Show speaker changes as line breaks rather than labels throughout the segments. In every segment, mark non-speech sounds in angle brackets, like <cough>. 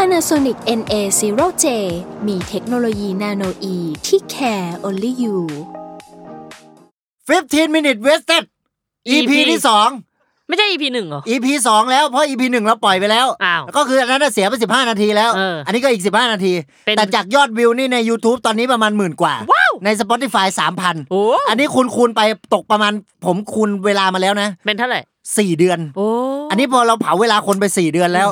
Panasonic NA0J มีเทคโนโลยีนาโนอีที่ care only you
15 minute wasted EP
EP
ที่สอง
ไม่ใช่ EP หนึ่งเหรอ
EP สองแล้วเพราะ EP หนึ่งเราปล่อยไปแล้ว
อ้าว
ก็คืออันนั้นนะเสียไป 15 นาทีแล้ว
เอออั
อันนี้ก็อีก 15 นาที
เป็น
แต่จากยอดวิวนี่ใน YouTube ตอนนี้ประมาณหมื่นกว่า ใน Spotify 3,000
โอ้
อันนี้คูณคูณไปตกประมาณผมคูณเวลามาแล้วนะ
เป็นเท่าไหร่
4 เดือน
โอ้
อันนี้พอเราเผาเวลาคนไป 4 เดือนแล้ว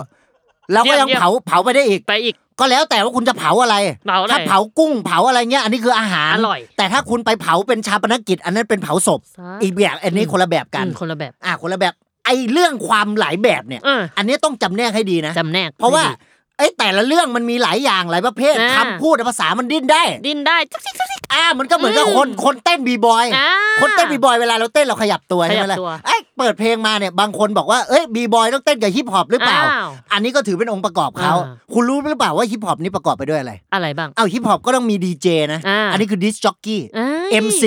เราก็ยัง
เยี่ยม
เผาเผาไปได้อีก
ไปอีก
ก็แล้วแต่ว่าคุณจะเผาอะไร
เผาอะไร
ถ้าเผากุ้งเผาอะไรเงี้ย อันนี้คืออาหาร
อร่อย
แต่ถ้าคุณไปเผาเป็นชาปนกิจ อันนั้นเป็นเผาศพ
สาธุ
อีกแบบอันนี้คนละแบบกัน
อืมคนละแบบ
อ่ะคนละแบบไอ้เรื่องความหลายแบบเนี่ย
เอออั
นนี้ต้องจำแนกให้ดีนะ
จำแนก
เพราะว่า
ให้ดี
ไอ้แต่ละเรื่องมันมีหลายอย่างหลายประเภท
อ่า
คำพูดและภาษามันดิ้นได้
ดิ้นได้จิ๊กจิ๊กจิ๊ก
อ่ามันก็เหมือนกับ
อืม
คนคนเต้นบีบอย
อ่า
คนเต้นบีบอยเวลาเราเต้นเราขยับตัว
ข
ใช่ไห
ยับ
มล่ะ
ตัว
ไอ้เปิดเพลงมาเนี่ยบางคนบอกว่าเอ้ยบีบอยต้องเต้นกับฮิปฮอปหรือเปล่า
อ้าว
อันนี้ก็ถือเป็นองค์ประกอบเขา
อ่า
คุณรู้หรือเปล่าว่าฮิปฮอปนี่ประกอบไปด้วยอะไร
อะไรบ้าง
เอาฮิปฮอปก็ต้องมีดีเจนะ
อ่า
นนี้คือดิสจ็อกกี้
อ้ย
MC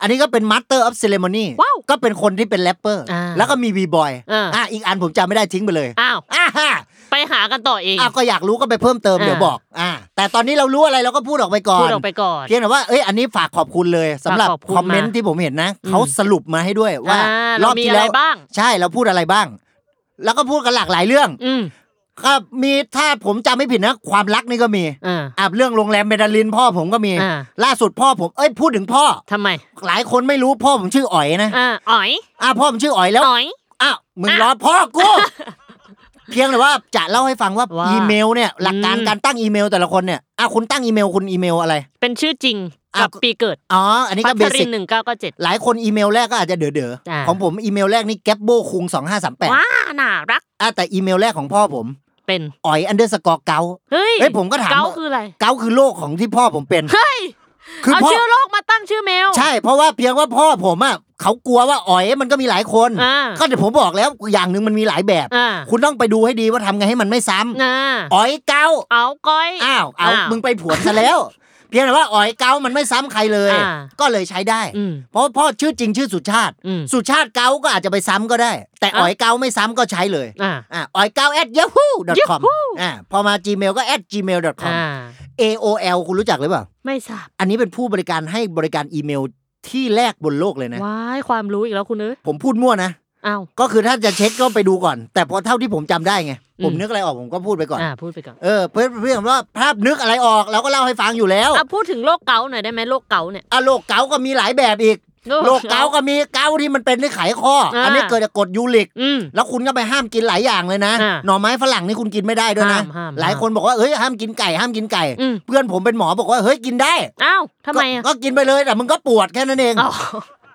อันนี้ก็เป็นมาสเตอร์ออฟเซเลมอนี่
ว้าว
ก็เป็นคนที่เป็นแรปเปอร์
อ่า
แล้วก็มีบีบอย
อ่า
อ่ะอีกอันผมจำไม่ได้ทิ้งไปเลย
อ้าว
อ่าฮะ
ไปหากันต่อเอง
อ่ะก็อยากรู้ก็ไปเพิ่มเติม
อ่า
เดี๋ยวบอกอ่าแต่ตอนนี้เรารู้อะไรเราก็พูดออกไปก่อ
พูด
น
ออกไปก่อน
เพียงแต่ว่าเอ้ยอันนี้ฝากขอบคุณเลยสำหรับ
ฝากขอบคุณ
คอมเมนต์
มา
ที่ผมเห็นนะเขาสรุปมาให้ด้วยว่า
อ่าร ร
อบที่แล้ว
เรามีอะไรบ้าง
ใช่เราพูดอะไรบ้าง แล้วก็พูดกันหลากหลายเรื่อง
อืม
ครับมีถ้าผมจำไม่ผิดนะ ความรักนี่ก็มี
อ่า
อ่ะเรื่องโรงแรมเบดาลินพ่อผมก็มี
อ่า
ล่าสุดพ่อผมเอ้ยพูดถึงพ่อ
ทำไม
หลายคนไม่รู้พ่อผมชื่ออ๋อยนะ
อ่าอ๋อย
อ่ะพ่อผมชื่ออ๋อยแล้ว
อ๋อย
อ้าวมึงล้อพ่อ
<laughs>
กู เพียงแต่ว่าจะเล่าให้ฟังว่า
ว่า
อีเมลเนี่ยหลักการ
อืม
การตั้งอีเมลแต่ละคนเนี่ยอ่ะคุณตั้งอีเมลคุณอีเมลอะไร
เป็นชื่อจริง
อ้าว
กับปีเกิด
อ๋ออันนี้
พั
ก็เบ
ทริ
สิก
นหนึ่งเก้าเก้าเจ็ด
หลายคนอีเมลแรกก็อาจจะเด๋อเด๋อๆ
จ้ะ
ของผมอีเมลแรกนี่แกปโบคุงสองห้าสามแปด
ว้าน่ารัก
อ่ะแต่อีเมลแรกของพ่อผม
เป็น
อ๋อยอันเดอร์สกอร์เกา
เฮ้ย
เฮ้ยผมก็ถาม
เก้า
ว่า
คืออะไร
เกาคือโรคของที่พ่อผมเป็น
เฮ้ย
คือ
เอา
พ่อ
ชื่อโลกมาตั้งชื่อแมว
ใช่ เพราะว่าเพียงว่าพ่อผมอ่ะเขากลัวว่าอ๋อยมันก็มีหลายคน
อ่า
ก็เดี๋ยวผมบอกแล้วอย่างหนึ่งมันมีหลายแบบ
อ่า
คุณต้องไปดูให้ดีว่าทำไงให้มันไม่ซ้ำ
อ่า
อ๋อยเกา
เอาก้อย
อ้าว เอา
อ้าว
มึงไปผวนซะแล้ว <laughs> เพียงแต่ว่าอ๋อยเกามันไม่ซ้ำใครเลย
อ่า
ก็เลยใช้ได้
อืม
เพราะพ่อชื่อจริงชื่อสุชาติ
อืม
สุชาติเกาก็อาจจะไปซ้ำก็ได้ แต่
อ่ะ
อ๋อยเกาไม่ซ้ำก็ใช้เลย
อ่า
อ่าอ๋อยเกา at yahoo com
Yahoo
อ่าพอมา gmail ก็ at gmail com
อ่า
aol คุณรู้จักหรือเปล่า
ไม่ทราบ
อันนี้เป็นผู้บริการให้บริการอีเมลที่แรกบนโลกเลยนะ
ว้ายความรู้อีกแล้วคุณเอ้ย
ผมพูดมั่วนะ
อ้าว
ก็คือถ้าจะเช็คก็ไปดูก่อน แต่พอเท่าที่ผมจำได้ไง ผม
อืม
นึกอะไรออกผมก็พูดไปก่อน
อ่าพูดไปก่อน
เออเพื่อนเพื่อนว่าภาพนึกอะไรออกเราก็เล่าให้ฟังอยู่แล้ว
อ่ะพูดถึงโลกเก๋าหน่อยได้ไหมโลกเก๋าเนี่ย
อ่ะโรคเกาต์ก็มีหลายแบบอีกโรคเกาต์ก็มีเกาต์ที่มันเป็นที่ไขข้ออา อันนี้เกิดจากกรดยูริก
อืม
แล้วคุณก็ไปห้ามกินหลายอย่างเลยนะ
อ่า
หน่อไม้ฝรั่งนี่คุณกินไม่ได้ด้วยนะ
ห้ามห้าม
หลายคนบอกว่าเอ้ยห้ามกินไก่ห้ามกินไก่
อืม
เพื่อนผมเป็นหมอบอกว่าเฮ้ยกินได้
อ้าวทำไมอ่ะ
ก็ก็กินไปเลยแต่มึงก็ปวดแค่นั้นเอง
อ๋อ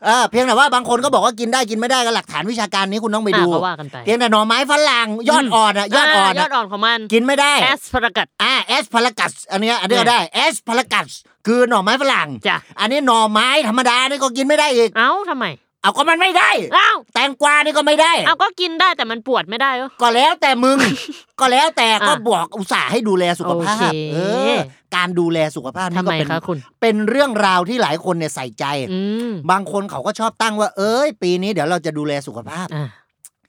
เออเพียงแต่ว่าบางคนก็บอกว่ากินได้กินไม่ได้ก็หลักฐานวิชาการนี้คุณต้องไปดู
อ่าก็ว่ากันไป
เพียงแต่หน่อไม้ฝรั่งยอดอ่อนอะยอดอ่อน
ยอ
อะ
ดอ่อนของมัน
กินไม่ได้
แอสพารากัส
อ่าแอสพารากัสอันเนี้ยอันเนี้ยก็
อ่ะ
ได้แอสพารากัสคือหน่อไม้ฝรั่ง
จ้ะ
อันนี้หน่อไม้ธรรมดานี่ก็กินไม่ได้อีก
เอ้าทำไม
เอาก็มันไม่ได้
เอ้าว
แตงกวานี่ก็ไม่ได้
เอาก็กินได้แต่มันปวดไม่ได้เหรอ
ก็แล้วแต่
<laughs>
มึง ก็แล้วแต่
อ่ะ
ก็บอกอุตส่าห์ให้ดูแลสุขภาพ
โอเค
เออการดูแลสุขภาพนี่
ทำ
ก็
ไม
เป็น
คะคุณ
เป็นเรื่องราวที่หลายคนเนี่ยใส่ใจ
อืม
บางคนเขาก็ชอบตั้งว่า เอ้ย ปีนี้เดี๋ยวเราจะดูแลสุขภาพ
อ่า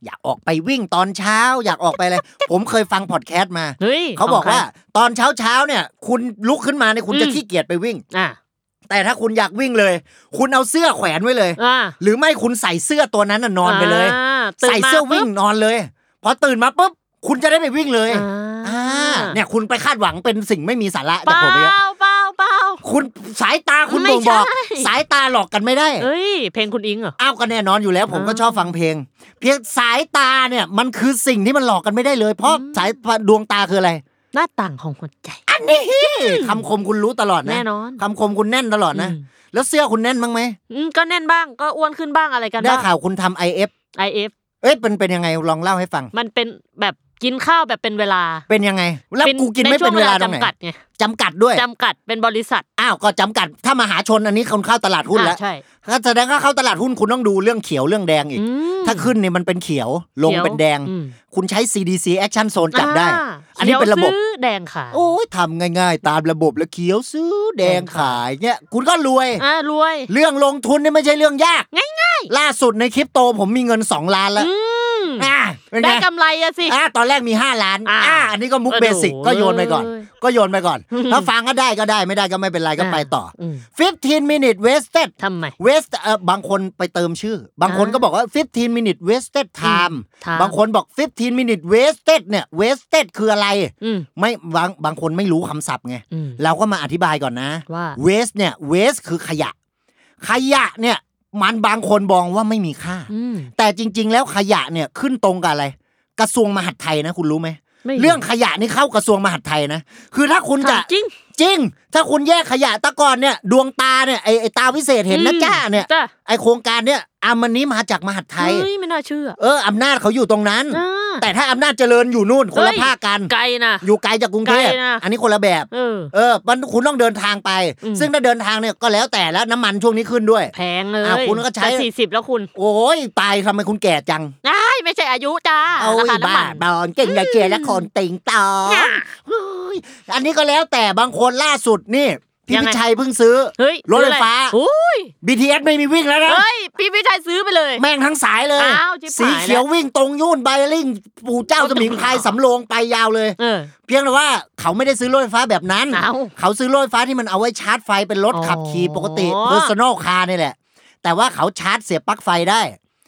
อยากออกไปวิ่งตอนเช้า อยากออกไป
<laughs>
อะไรผมเคยฟังพอดแคสต์มา
เฮ้ย
เขาบอกว่า
ขง
ตอนเช้าเช้าๆเนี่ย คุณลุกขึ้นมาเนี่ยคุณจะ
อืม
ขี้เกียจไปวิ่ง
ใครอ่า
แต่ถ้าคุณอยากวิ่งเลย คุณเอาเสื้อแขวนไว้เลย
อ่า
หรือไม่คุณใส่เสื้อตัวนั้นน่ะนอนไปเลย
าตื่น
ใส่เสื้อ
มา
วิ่ง
ปุ๊บ
นอนเลยพอตื่นมาปุ๊บคุณจะได้ไปวิ่งเลย
อ่า
อ่าเนี่ยคุณไปคาดหวังเป็นสิ่งไม่มีสาระ
เป
จาก
ล่า
ผมไปแล้ว
เปล่าเปล่า
คุณสายตาคุณ
ไม่
บ่งบอก
ใช่
สายตาหลอกกันไม่ได้
เอ้ย เพลงคุณอิงเหรอ
อ้าวก็แน่นอนอยู่แล้วผมก็ชอบฟังเพลง เพียงสายตาเนี่ยมันคือสิ่งที่มันหลอกกันไม่ได้เลย เพราะสายดวงตาคืออะไร
หน้าต่างของหัวใจ
อันนี้คำคมคุณรู้ตลอดนะ
แน่นอน
คำคมคุณแน่นตลอดนะ
อืม
แล้วเสื้อคุณแน่นบ้างไหม
อืมก็แน่นบ้างก็อ้วนขึ้นบ้างอะไรกัน
ได้
บ้าง
ข่าวคุณทำ IF
IF
เอ้ยเป็นเป็นยังไงลองเล่าให้ฟัง
มันเป็นแบบ กินข้าวแบบเป็นเวลา
เป็นยังไง แล้ว
ป็
กูกินไม่
ใช่
เป็
ง
นเวลาตรงไหน
จำกัดไง
จำกัดด้วย
จำกัดเป็นบริษัท
อ้าวก็จำกัด ถ้ามหาชนอันนี้คนเข้าตลาดหุ้นแล้ว
อ่ะใช่
ก็แสดงว่าเข้าตลาดหุ้นคุณต้องดูเรื่องเขียวเรื่องแดงอีก
อืม
ถ้าขึ้นเนี่ยมันเป็นเขียวลง
ขียว
เป็นแดง
อืม
คุณใช้ CDC Action Zone จับได้
า
อันนี้เป็นระบบ
ขียวซื้อแดงขาย
โอ้ยทำง่าย ๆ ตามระบบแล้วเขียวซื้อแดงขายเงี้ยคุณก็รวย
อ่ารวย
เรื่องลงทุนนี่ไม่ใช่เรื่องยาก ง่ายๆ ล่าสุดในคริปโตผมมีเงิน 2 ล้านแล้ว
อืม
อ่าเป็นไง
ได้กำไรอะสิ
อ่าตอนแรกมี 5 ล้าน
อ่า
อ่าอันนี้ก็มุก
เออ
เบสิก
โอ้
ก็โยนไปก่อน
เอ้ย
ก็โยนไปก่อน ถ้าฟังก็ได้ก็ได้ไม่ได้ก็ไม่เป็นไรก็
อ่า
ไปต่อ
อืม
15 minute wasted
ทำไม
เวสเออบางคนไปเติมชื่อ บางคน
อ่า
ก็บอกว่า 15 minute wasted time
อืม time
บางคนบอก 15 minute wasted เนี่ย wasted คืออะไร
อืม
ไม่บางบางคนไม่รู้คำศัพท์ไง
อืม
เราก็มาอธิบายก่อนนะ
ว่า
waste เนี่ย waste คือขยะ ขยะเนี่ย มันบางคนมองว่าไม่มีค่า
อืม
แต่จริง ๆ แล้วขยะเนี่ยขึ้นตรงกับอะไร กระทรวงมหาดไทยนะ คุณรู้ไหม
ไม่
เรื่องขยะนี่เข้ากระทรวงมหาดไทยนะ คือถ้าคุณจะ
ถามจริง
จริง ถ้าคุณแยกขยะตะกอนเนี่ย ดวงตาเนี่ยไอไอตาวิเศษเห็นนะ
อืม
จ้าเนี่ย
จ้า
ไอโครงการเนี่ยอามันนี้มาจากมหาดไทย
เฮ้ยไม่น่าเชื่อ
เอออำนาจเขาอยู่ตรงนั้น
อ่า
แต่ถ้าอำนาจเจริญอยู่นู่นคนละ
เฮ้ย
ภาคกัน
ไกลนะ
อยู่ไกลจากกรุงเทพ
ไกลนะ
อันนี้คนละแบบ
เออ
เออมันคุณต้องเดินทางไป
อืม
ซึ่งถ้าเดินทางเนี่ยก็แล้วแต่แล้วน้ำมันช่วงนี้ขึ้นด้วย
แพงเลย
อ่ะคุณก็ใช้
สี่สิบแล้วคุณ
โอ้ยตายทำไมคุณแก่จัง
ได้ไม่ใช่อายุจ้า
เอา
รา
อี
คาน้ำ
บ้า
มัน
บอลเก่งอยาเกลียดและคนติงตอง
น่ะ
เฮ้ยอันนี้ก็แล้วแต่บางคนล่าสุดนี่พี่
ยัง
พิ
ไง
ชัยเพิ่งซื้อ
เฮ้ย
รถไฟ
ซื้ออะ
ฟ้า
อุ้ย
BTS ไม่มีวิ่งแล้วนะ
เฮ้ย พี่พิชัยซื้อไปเลย
แม่งทั้งสายเลย
อ้าวชิบหาย
สีเขียววิ่งตรงยุ่นไบลิงปู่เจ้าสมิงพราย
โอ้โห
สำโรงไปยาวเลย
เออ
เพียงแต่ว่าเขาไม่ได้ซื้อรถไฟฟ้าแบบนั้น
อ้าว
เขาซื้อรถไฟฟ้าที่มันเอาไว้ชาร์จไฟเป็นรถ
อ๋อ
ขับขี่ปกติ personal car นี่แหละ แต่ว่าเขาชาร์จเสียบปลั๊กไฟได้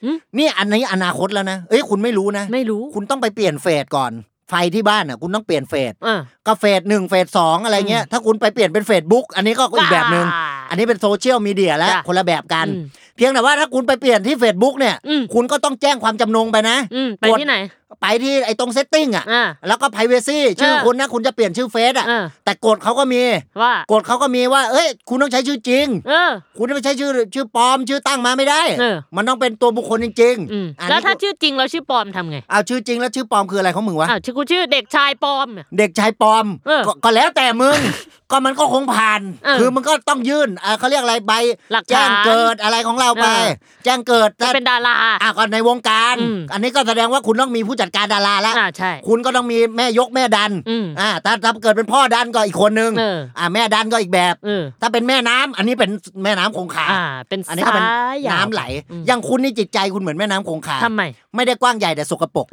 หึ
นี่อันนี้อนาคตแล้วนะ เอ้ยคุณไม่รู้นะ
ไม่รู้
คุณต้องไปเปลี่ยนเฟสก่อน ไฟที่บ้านอ่ะคุณต้องเปลี่ยนเฟส
เออ
ก็เฟสหนึ่งเฟสสองอะไรเงี้ย ถ้าคุณไปเปลี่ยนเป็นเฟสบุ๊กอันนี้ก็อีกแบบหนึ่ง อันนี้เป็นโซเชียลมีเดียแล้ว
จ้ะ
คนละแบบกัน
อืม
เพียงแต่ว่าถ้าคุณไปเปลี่ยนที่ Facebook เนี่ย
อืม
คุณก็ต้องแจ้งความจำนงไปนะ
อืมไปที่ไหน
ไปที่ไอ้ตรงเซตติ้งอ่ะ
อ่า
แล้วก็ Privacy ชื่อ
เออ
คุณนะ คุณจะเปลี่ยนชื่อเฟซอ่ะ
เออ
แต่กฎเขาก็มี
ว่า
กฎเขาก็มีว่า เอ้ย คุณต้องใช้ชื่อจริง
เออ
คุณจะไม่ใช้ชื่อชื่อปลอม ชื่อตั้งมาไม่ได้
เออ
มันต้องเป็นตัวบุคคลจริง
อืม
ๆอันนี้
แล้วถ้าชื่อจริงแล้วชื่อปลอมทำไง
เอาชื่อจริงแล้วชื่อปลอมคืออะไรของมึงวะ
อ้าวชื่อกูชื่อเด็กชายปลอมเนี่ย
เด็กชายปลอม
เออ
ก็ก็แล้วแต่มึง <laughs> ก็มันก็คงผ่าน
เออ
คือมันก็ต้องยื่นอ่าเขาเรียกอะไรใบ
หลักฐาน
แจ้งเกิดอะไรของเราไป
เออ
แจ้งเกิดแต่
จะเป็นดารา
อ่ะก็ในวงการ
อืม
อันนี้ก็แสดงว่าคุณต้องมีผู้จัดการดาราแล้ว
อ่าใช่
คุณก็ต้องมีแม่ยกแม่ดัน
อืม
อ่าถ้าถ้าเกิดเป็นพ่อดันก็อีกคนนึง
เออ
อ่าแม่ดันก็อีกแบบ
เออ
ถ้าเป็นแม่น้ำอันนี้เป็นแม่น้ำคงคา
อ่า เป็น
อันนี้ก็เป็น
สายยาว
น้ำไหล
อืม
อย่างคุณนี่จิตใจคุณเหมือนแม่น้ำคงคา
ทำไม
ไม่ได้กว้างใหญ่แต่สกปรก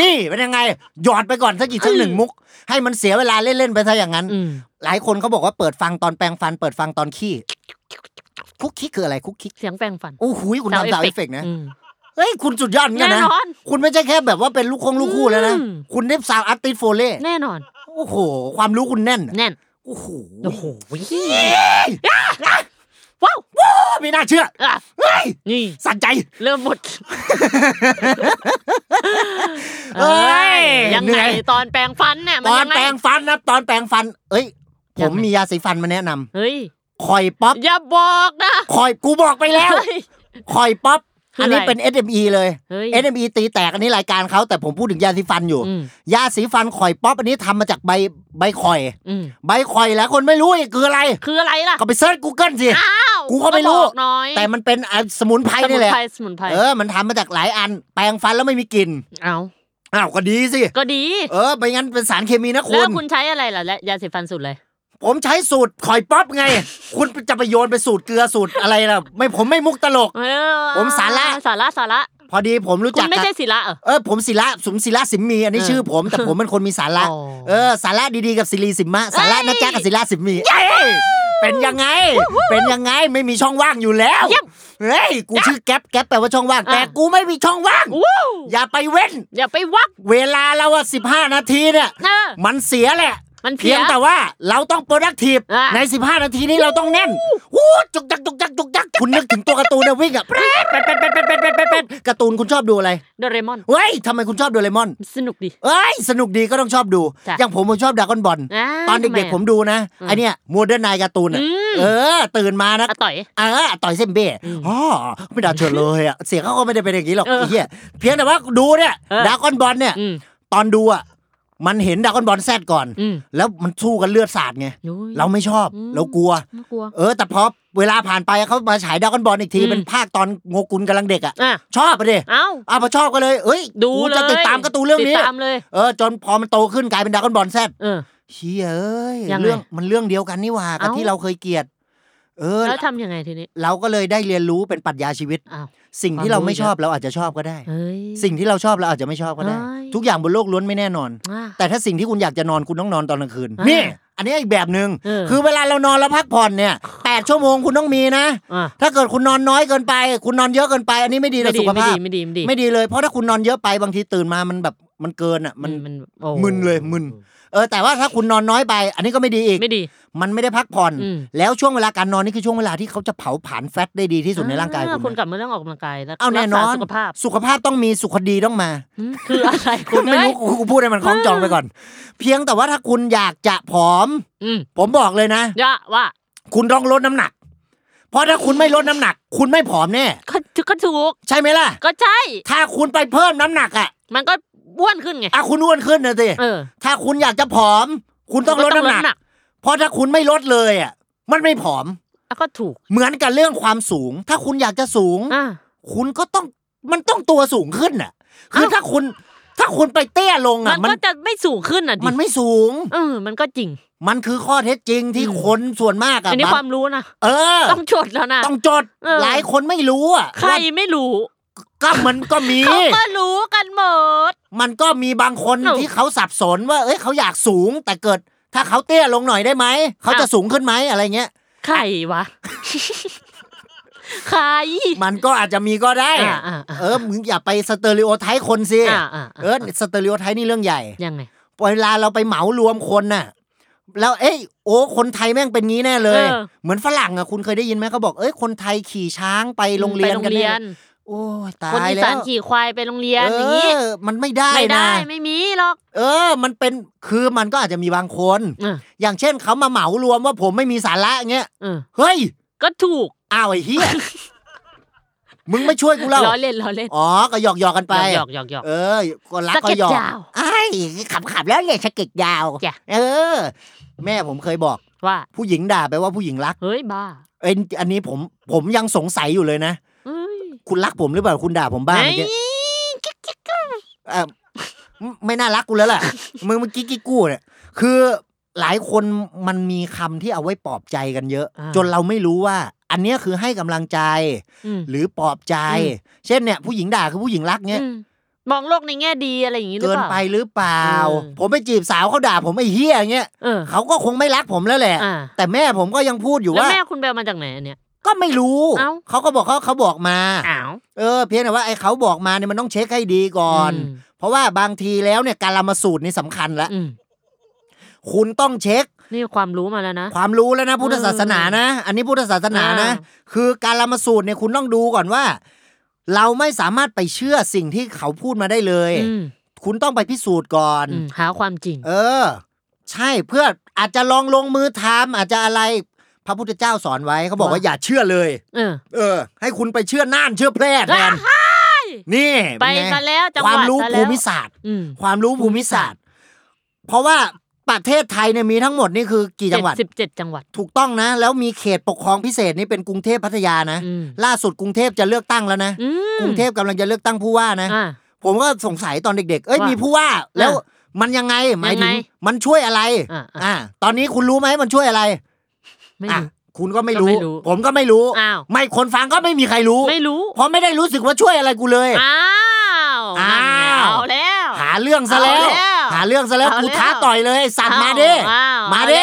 นี่เป็นยังไงหยอดไปก่อนสักกี่ชั่วหนึ่งมุก ให้มันเสียเวลาเล่น ๆ ไปซะอย่างนั้น
อืม
หลายคนเขาบอกว่าเปิดฟังตอนแปรงฟัน เปิดฟังตอนขี้ คุกคิกคืออะไรคุกคิก
เสียงแปรงฟัน
โอ้โหยคุณทำสาวเอฟเฟกต์นะ
อืม
เฮ้ย คุณสุดยอดเหมือนกัน
แน่
นะ
นอน
คุณไม่ใช่แค่แบบว่าเป็นลูกคงลูกคู่แล้วนะ
อืม
คุณได้สาวอาร์ติสโฟเล่
แน่นอน
โอ้โห ความรู้คุณแน่น
แน่น
โอ้โห
โอ้โหว้าว
ไม่น่าเชื่อ
อ่ะ
เฮ้ย
นี่
สั่นใจ
เริ่มหมด
เอ้ย
ยัง
เหนื่
ไง
อย
ตอนแปรงฟันเนี่ยมั
ตอน
ยัไ
แปรงฟันนะตอนแปรงฟัน เอ้ย ผ
ยัง
ม
ไง
มียาสีฟันมาแนะนำ
เฮ้ย
คอยป๊อป
อย่าบอกนะ
คอยกูบอกไปแล้ว
เฮ้ย
คอยป๊อป
คือ
อั
อั
นนี้
อะไร
เป็น SME เลย
เฮ้ย
SME ตีแตกอันนี้รายการเขาแต่ผมพูดถึงยาสีฟันอยู่
อืม
ยาสีฟันข่อยป๊อปอันนี้ทำมาจากใบใบข่อย
อืม
ใบข่อยหลายคนไม่รู้อีกคืออะไร
คืออะไรล่ะ
ก็ไปเซิร์ช Google สิ
อ้าว
กูก็ไม่รู้
บอกหน้อย
แต่มันเป็นอ่ะสมุนไพร
สมุ
นี่
น
แหละ
ไพรสมุนไพร
เออมันทำมาจากหลายอัน แปรงฟันแล้วไม่มีกลิ่น
เอา
อ้าวก็ดีสิ
ก็ดี
เออไม่งั้นเป็นสารเคมีนะคุ
แล้ว
ณ
คุณใช้อะไรล่ะและยาสีฟันสูตรเลย
ผมใช้สูตรข่อยป๊อปไง คุณจะไปโยนไปสูตรเกลือสูตรอะไรล่ะไม่ผมไม่มุกตลก
เออ
ผมสาระ
สาระสาระ
พอดีผมรู้
คุ
จั
ณ
ก
ไม่
กับ
ใช่ศิละเหรอ
เออผมศิระสุมศิระสิมมีอันนี้
เออ
ชื่อผมแต่ผมเป็นคนมีสาระ
<laughs> อ๋อ
เออสาระดีๆกับศิรีสิมะสาระ
เอ้ย
นะจ๊ะกับศิระสิมมีเป็นยังไง เป็นยังไงไม่มีช่องว่างอยู่แล้ว
เยี่ยม
เฮ้ยกูชื่อแก๊ปแก๊ปแปลว่าช่องว่าง
อ่ะ
แต่กูไม่มีช่องว่าง
วู้
อย่าไปเว้น
อย่าไปวัก
เวลาเราอะสิบห้านาทีเนี่ย
เออ
มันเสียแหละ
มันเพี
เพี
ย
ยงแต่ว่าเราต้อง productive
อ่ะ
ใน 15 นาทีนี้เราต้องแน่นวู้จุกจักจุกจักจุกจักคุณนึกถึงตัวการ์ตูนเนี่ยวิ่งอะเป็ดเป็ดเป็ดเป็ดเป็ดเป็ดเป็ดเป็ดการ์ตูนคุณชอบดูอะไร
โดเรมอน
เฮ้ยทำไมคุณชอบดูเลมอน
สนุกดี
เอ้ยสนุกดีก็ต้องชอบดู
จ้ะ
อย่างผมผมชอบดากอนบอล
อ่า
ตอน
ทำไะ
เด็กๆผมดูนะ
อืม
ไอเนี้ยโมเดิร์นไนการ์ตูนอะ
อืม
เออ ตื่นมานะ
อะต่อย
เออต่อยเซมเบ้อ๋อไม่น่าเชื่อเลยอะเสียงเขาก็ไม่ได้เป็นอย่างนี้หรอก
เออ
ไอ้เหี้ยเพียงแต่ว่าดูเนี่ย
เออ
ดากอนบอลเนี่ย
อืม
ตอนดูอ่ะ มันเห็นดรากอนบอลแซดก่อน
อืม
แล้วมันสู้กันเลือดสาดไง
อุ๊ย
เราไม่ชอบ
อืม
เรากลัว
น่ากลัว
เออ แต่พอเวลาผ่านไปเขามาฉายดรากอนบอลอีกที
อืม
เป็นภาคตอนโงกุลกำลังเด็กอ่ะ
อ่ะ
ชอบไปดิ
เอ้า
อ่ะพอชอบก็เลย เอ้ย
ดู
กู
เลย
จะติดตามการ์ตูนเรื่องนี้
ติดตามเลย
เออ จนพอมันโตขึ้นกลายเป็นดรากอนบอลแซด
เออ
เชี่ยเอ้ย
ยังไง
เรื่องมันเรื่องเดียวกันนี่หว่ากับ
เอ้า
ที่เราเคยเกลียด เออ
แล้วทำยังไงทีนี้
เราก็เลยได้เรียนรู้เป็นปรัชญาชีวิต
อ้าว
สิ่งที่
ความรู้
เราไม่ชอบเราอาจจะชอบก็ได้
เฮ้ย
สิ่งที่เราชอบเราอาจจะไม่ชอบก็ได้
เอ้ย
ทุกอย่างบนโลกล้วนไม่แน่นอน
อ่ะ
แต่ถ้าสิ่งที่คุณอยากจะนอนคุณต้องนอนตอนกลางคืน
อ่านี่
นี่อันนี้อีกแบบหนึง่ง
เออ
คือเวลาเรานอนแล้วพักผ่อนเนี่ยแปดชั่วโมงคุณต้องมีนะ
อ่ะ
ถ้าเกิดคุณนอนน้อยเกินไป คุณนอนเยอะเกินไป อันนี้ไม่ดีต่อ
ไม่ดี
สุข
ไม่
ภา
ดี
พ
ไม่ดีไม่ดี
ไม่ดีเลยเพราะถ้าคุณนอนเยอะไปบางทีตื่นมามันแบบมันเกินอ่ะมัน
มันโอ้
มึนเลยมึน เออแต่ว่าถ้าคุณนอนน้อยไป อันนี้ก็ไม่ดีอีก
ไม่ดี
มันไม่ได้พักผ่อน
อืม
แล้วช่วงเวลาการนอนนี่คือช่วงเวลาที่เขาจะเผาผลาญแฟตได้ดีที่สุดในร่างกาย
อ่
คุ
คุณ ณ
นะ
กลับมาเรื่องออกกำลังกายแล้ว
เอาแน่นอน
สุขภาพ
สุขภาพต้องมีสุขดีต้องมา
อืมคืออะไรคุ
คุณ
ณ
ไม่
เอ้
รู้ <laughs>
ย
กูกูพูดให้มันคล้องจองไปก่อน เพียงแต่ว่าถ้าคุณอยากจะผอม
อืม
ผมบอกเลยนะ
ยะว่า
คุณต้องลดน้ำหนัก เพราะถ้าคุณไม่ลดน้ำหนัก คุณไม่ผอมแน่
ก็ก็ถูก
ใช่ไหมล่ะ
ก็ใช่
ถ้าคุณไปเพิ่มน้ำหนักอ่ะ
มันก็บ้วนขึ้นไง
อ่ะคุณอ้วนขึ้นนะสิ
เออ
ถ้าคุณอยากจะผอม คุณต้องลดน้ำหนัก เพราะถ้าคุณไม่ลดเลยอ่ะมันไม่ผอม
อ่ะก็ถูก
เหมือนกับเรื่องความสูง ถ้าคุณอยากจะสูง
อ่ะ
คุณก็ต้องมันต้องตัวสูงขึ้นน่ะ คือ
เอ้า
ถ้าคุณถ้าคุณไปเตี้ยลง
มั
อ่ะ
น
มัน
ก็จะไม่สูงขึ้นอ่ะดิ
มันไม่สูง
เออ มันก็จริง
มันคือข้อเท็จจริงที่
อืม
คนส่วนมากอ่ะ
อันนี้
บง
ความรู้นะ
เออ
ต้องจดแล้วนะ
ต้องจด
เออ
หลายคนไม่รู้อ่ะ
ใคร
ว่า
ไม่รู้
ก็มันก็มี
เขาก็รู้กันหมด
มันก็มีบางคน
เอ้า
ที่เขาสับสนว่า เอ้ยเขาอยากสูง แต่เกิด ถ้าเขาเตี้ยลงหน่อยได้ไหมเขาจะ
อ้าว
สูงขึ้นไหมอะไรเงี้ย
ใครวะ ใคร
มันก็อาจจะมีก็ได้
อ่าอ่าอ่า
เออมึงอย่าไปสเตอริโอไทป์คนสิ
อ่ะอ่ะ
เออสเตอริโอไทป์นี่เรื่องใหญ่
ยังไง
เวลาเราไปเหมารวมคนน่ะ แล้วเอ้ยโอ้คนไทยแม่งเป็นงี้แน่เลย
เออ
เหมือนฝรั่งอ่ะคุณเคยได้ยินไหมเขาบอกเอ้ยคนไทยขี่ช้างไปโรงเรียน
ไปโรง
กัน
เรีย
แน่
น
โอ้ยตา
คน
ย
อี
แล้
สาน
ว
ขี่ควายไปโรงเรียนอย่างนี้
เออมันไม่ได้
ไม่
นะ
ได้ไม่มีหรอก
เออ มันเป็นคือมันก็อาจจะมีบางคน
อ่ะ
อย่างเช่นเขามาเหมารวมว่าผมไม่มีสาระเงี้ย
เออ
เฮ้ย
ก็ถูก
อ้าวไอ้เฮีย
<laughs>
มึงไม่ช่วยกูเล่า
ล้อเล่นล้อเล่น
อ๋อก็หยอกหยอกๆกันไป
หยอกหยอกหยอก
เออ ก็รัก
สะ
ก็
เก็ด
หยอก
ยาว
ไอ้ขับขับแล้วเนี่ยสะเก็ดยาว
จ้ะ
เออ แม่ผมเคยบอก
ว่า
ผู้หญิงด่าแปลว่าผู้หญิงรัก
เฮ้ยบ้า
เอ็นอันนี้ผมผมยังสงสัยอยู่เลยนะ
เอ้ย
คุณรักผมหรือเปล่าคุณด่าผมบ้าเมื่อกี้
เอ้ยกิ๊กกิ๊กกิ๊ก
เออไม่ไม่น่ารักกูแล้วล่ะ <laughs> มึงเมื่อกี้กี้กู้เนี่ยคือหลายคนมันมีคำที่เอาไว้ปลอบใจกันเยอะ
า
จนเราไม่รู้ว่า อันเนี้ยคือให้กำลังใจ
อืม
หรือปลอบใจ
อื
เช่นเนี่ยผู้หญิงด่าคือผู้หญิงรักเนี่ย
อืมมองโลกในแง่ดีอะไรอย่างนี้หรือ
เกิน
เปล่า
ไปหรือเปล่า
เออ
ผมไปจีบสาวเขาด่าผมไอ้เหี้ยเงี้ย
เออ
เขาก็คงไม่รักผมแล้วแหละ
อ่า
แต่แม่ผมก็ยังพูดอยู่
แล้ว
ว่า
แม่คุณไปเอามาจากไหนอันเนี่ย
ก็ไม่รู้
เอ้า
เขาก็บอกเขาเขาบอกมา
อ้าว
เออ เพียงแต่ว่าไอ้เขาบอกมาเนี่ยมันต้องเช็คให้ดีก่อน
อืม
เพราะว่าบางทีแล้วเนี่ยการละมาสูตรนี่สำคัญแล้ว
อืม
คุณต้องเช็ค
นี่ความรู้มาแล้วนะ
ความรู้แล้วนะพุทธศาสนานะ อันนี้พุทธศาสนานะ
อ่
คือการละมาสูตรเนี่ยคุณต้องดูก่อนว่า เราไม่สามารถไปเชื่อสิ่งที่เขาพูดมาได้เลย
อืม
คุณต้องไปพิสูจน์ก่อน
อืมหาความจริง
เออ ใช่เพื่ออาจจะลองลงมือทำอาจจะอะไรพระพุทธเจ้าสอนไว้เขาบอกว่า
ว่า
อย่าเชื่อเลย
เออ
เออ ให้คุณไปเชื่อน่านเชื่อแพร่แทนนี่
ไป
เป็นไง
กันแล้วจังห
ความ
วัด
รู้
ซะ
ภู
แล้ว
มิศาสตร์
อืม
ความรู้ภูมิศาสตร์ เพราะว่าประเทศไทยเนี่ยมีทั้งหมดนี่คือกี่จังหวัด
สิบเจ็ดจังหวัด
ถูกต้องนะ แล้วมีเขตปกครองพิเศษนี่เป็นกรุงเทพพัทยานะ
อืม
ล่าสุดกรุงเทพจะเลือกตั้งแล้วนะ
อืม
กรุงเทพกำลังจะเลือกตั้งผู้ว่านะ
อ่า
ผมก็สงสัยตอนเด็ก ๆ เอ้ย
ว่ามี
มีผู้ว่า แล้วมันยังไงหมายถึง
ยังไง
มันช่วยอะไร
อ่าอ่า
ตอนนี้คุณรู้ไหมมันช่วยอะไร
ไม่
อ่ะ
รู้
คุณก็ไม่
ก็
รู้
ไม่รู้
ผมก็ไม่รู้
อ้าว
ไม่คนฟังก็ไม่มีใครรู้
ไม่รู้
เพราะไม่ได้รู้สึกว่าช่วยอะไรกูเลย
อ้าว
อ้าว
นั่นไงเอาแล้ว
หาเรื่องซะแล้ว
เอาแล้ว
หาเรื่องซะแล้ว
เอาแล้ว
กูท้าต่อยเลยไอ้สัตว์มาดิ
อ้ว
มาดิ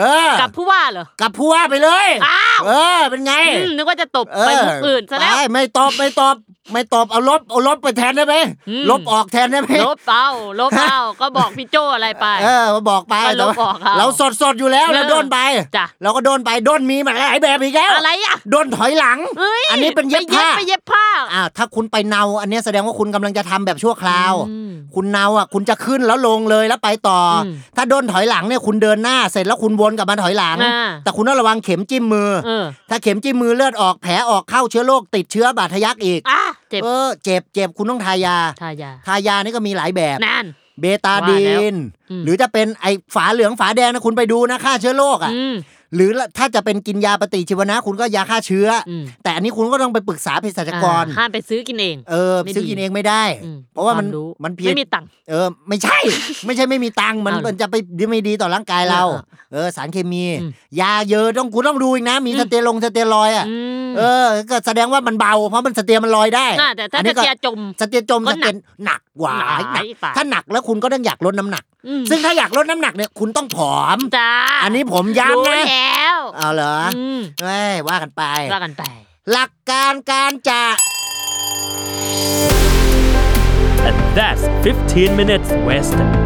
เอ
อแล้ว
อ
กับผู้ว่าเหรอ
กับผู้ว่าไปเลย
อ้าว
เออ เป็นไง
อืมนึกว่าจะตบ
เ
ไปมุกอื่นซะแล้ว
ไปไม่ตอบไม่ตอบไม่ตอบเอาลบเอาลบไปแทนได้ไหม
อืม
ลบออกแทนได้ไหม
<laughs> ลบเอาลบเอาก็บอกพี่โจอะไรไป
เออบอกไป
ก็ลบ
แต่ว่า
ออกเอา
เราสดสดๆอยู่แล้ว
เออ
เราโดนไป
จ้ะ
เราก็โดนไปโดนมีมาหลายแบบอีกแล้ว
อะไรอ่ะ
โดนถอยหลัง
เอ้ย
อันนี้เป็นเย็บผ้า
ไปเย็บผ้า
อ่าถ้าคุณไปเนาอันเนี้ยแสดงว่าคุณกำลังจะทำแบบชั่วคราว
อืม
คุณเนาอ่ะคุณจะขึ้นแล้วลงเลยแล้วไปต่ออ
ม
ถ้าโดนถอยหลังเนี่ยคุณเดินหน้าเสร็จแล้วคุณวนกลับมาถอยหลัง
อ่า
แต่คุณต้องระวังเข็มจิ้มมือ
เออ
ถ้าเข็มจิ้มมือเลือดออกแผลออกเข้าเชื้อโรคติดเชื้อบาดทะยักอีก
อ่ะเจ็บ
เออเจ็บเจ็บคุณต้องทายา
ทายา
ทายานี่ก็มีหลายแบบ
นั่น
เบตาดีน
อืม
หรือจะเป็นไอฝาเหลืองฝาแดงนะคุณไปดูนะฆ่าเชื้อโรคอ่ะ
อืม
หรือถ้าจะเป็นกินยาปฏิชีวนะคุณก็ยาฆ่าเชื้ออ
ม
แต่อันนี้คุณก็ต้องไปปรึกษาเภสัชกร
อ่าห้ามไปซื้อกินเอง
เออ
ไม่ดี
ซื้อกินเองไม่ได้
ม
เพราะว่ามัน
ครู้
มันผิด
ไม่มีตังค์
เออ ไม่ใช่ <laughs> ไม่ใช่ไม่มีตังค์มัน
อ้าว
มันจะไปดีไม่ดีต่อร่างกายเรา
อ่า
เออ สารเคมี
อืม
ยาเยอะต้องคุณต้องดูอีกนะ มี
อืม
สเตียลงสเตียรอยด์อ่ะ
อืม
เออ ก็แสดงว่ามันเบา เพราะมันสเตียมันลอยได้
น่าแต่ถ้า
อัน
จะ
นี้ก็
เจียจม
สเตียจม
ก็
ส
ห
เตี
นั
ย
ก
หนักหวา
หลาย
หนัก
ตาย
ถ้าหนักแล้วคุณก็ต้องอยากลดน้ำหนัก
อืม
ซึ่งถ้าอยากลดน้ำหนักเนี่ยคุณต้องผอม
จ้า
อันนี้ผม
รู้
ย้ำนะ
แล้ว
เอาเหรอ
อืม
เอ้ยว่ากันไป
ว่ากันไป
หลักการการจะ
And that's 15 minutes wasted.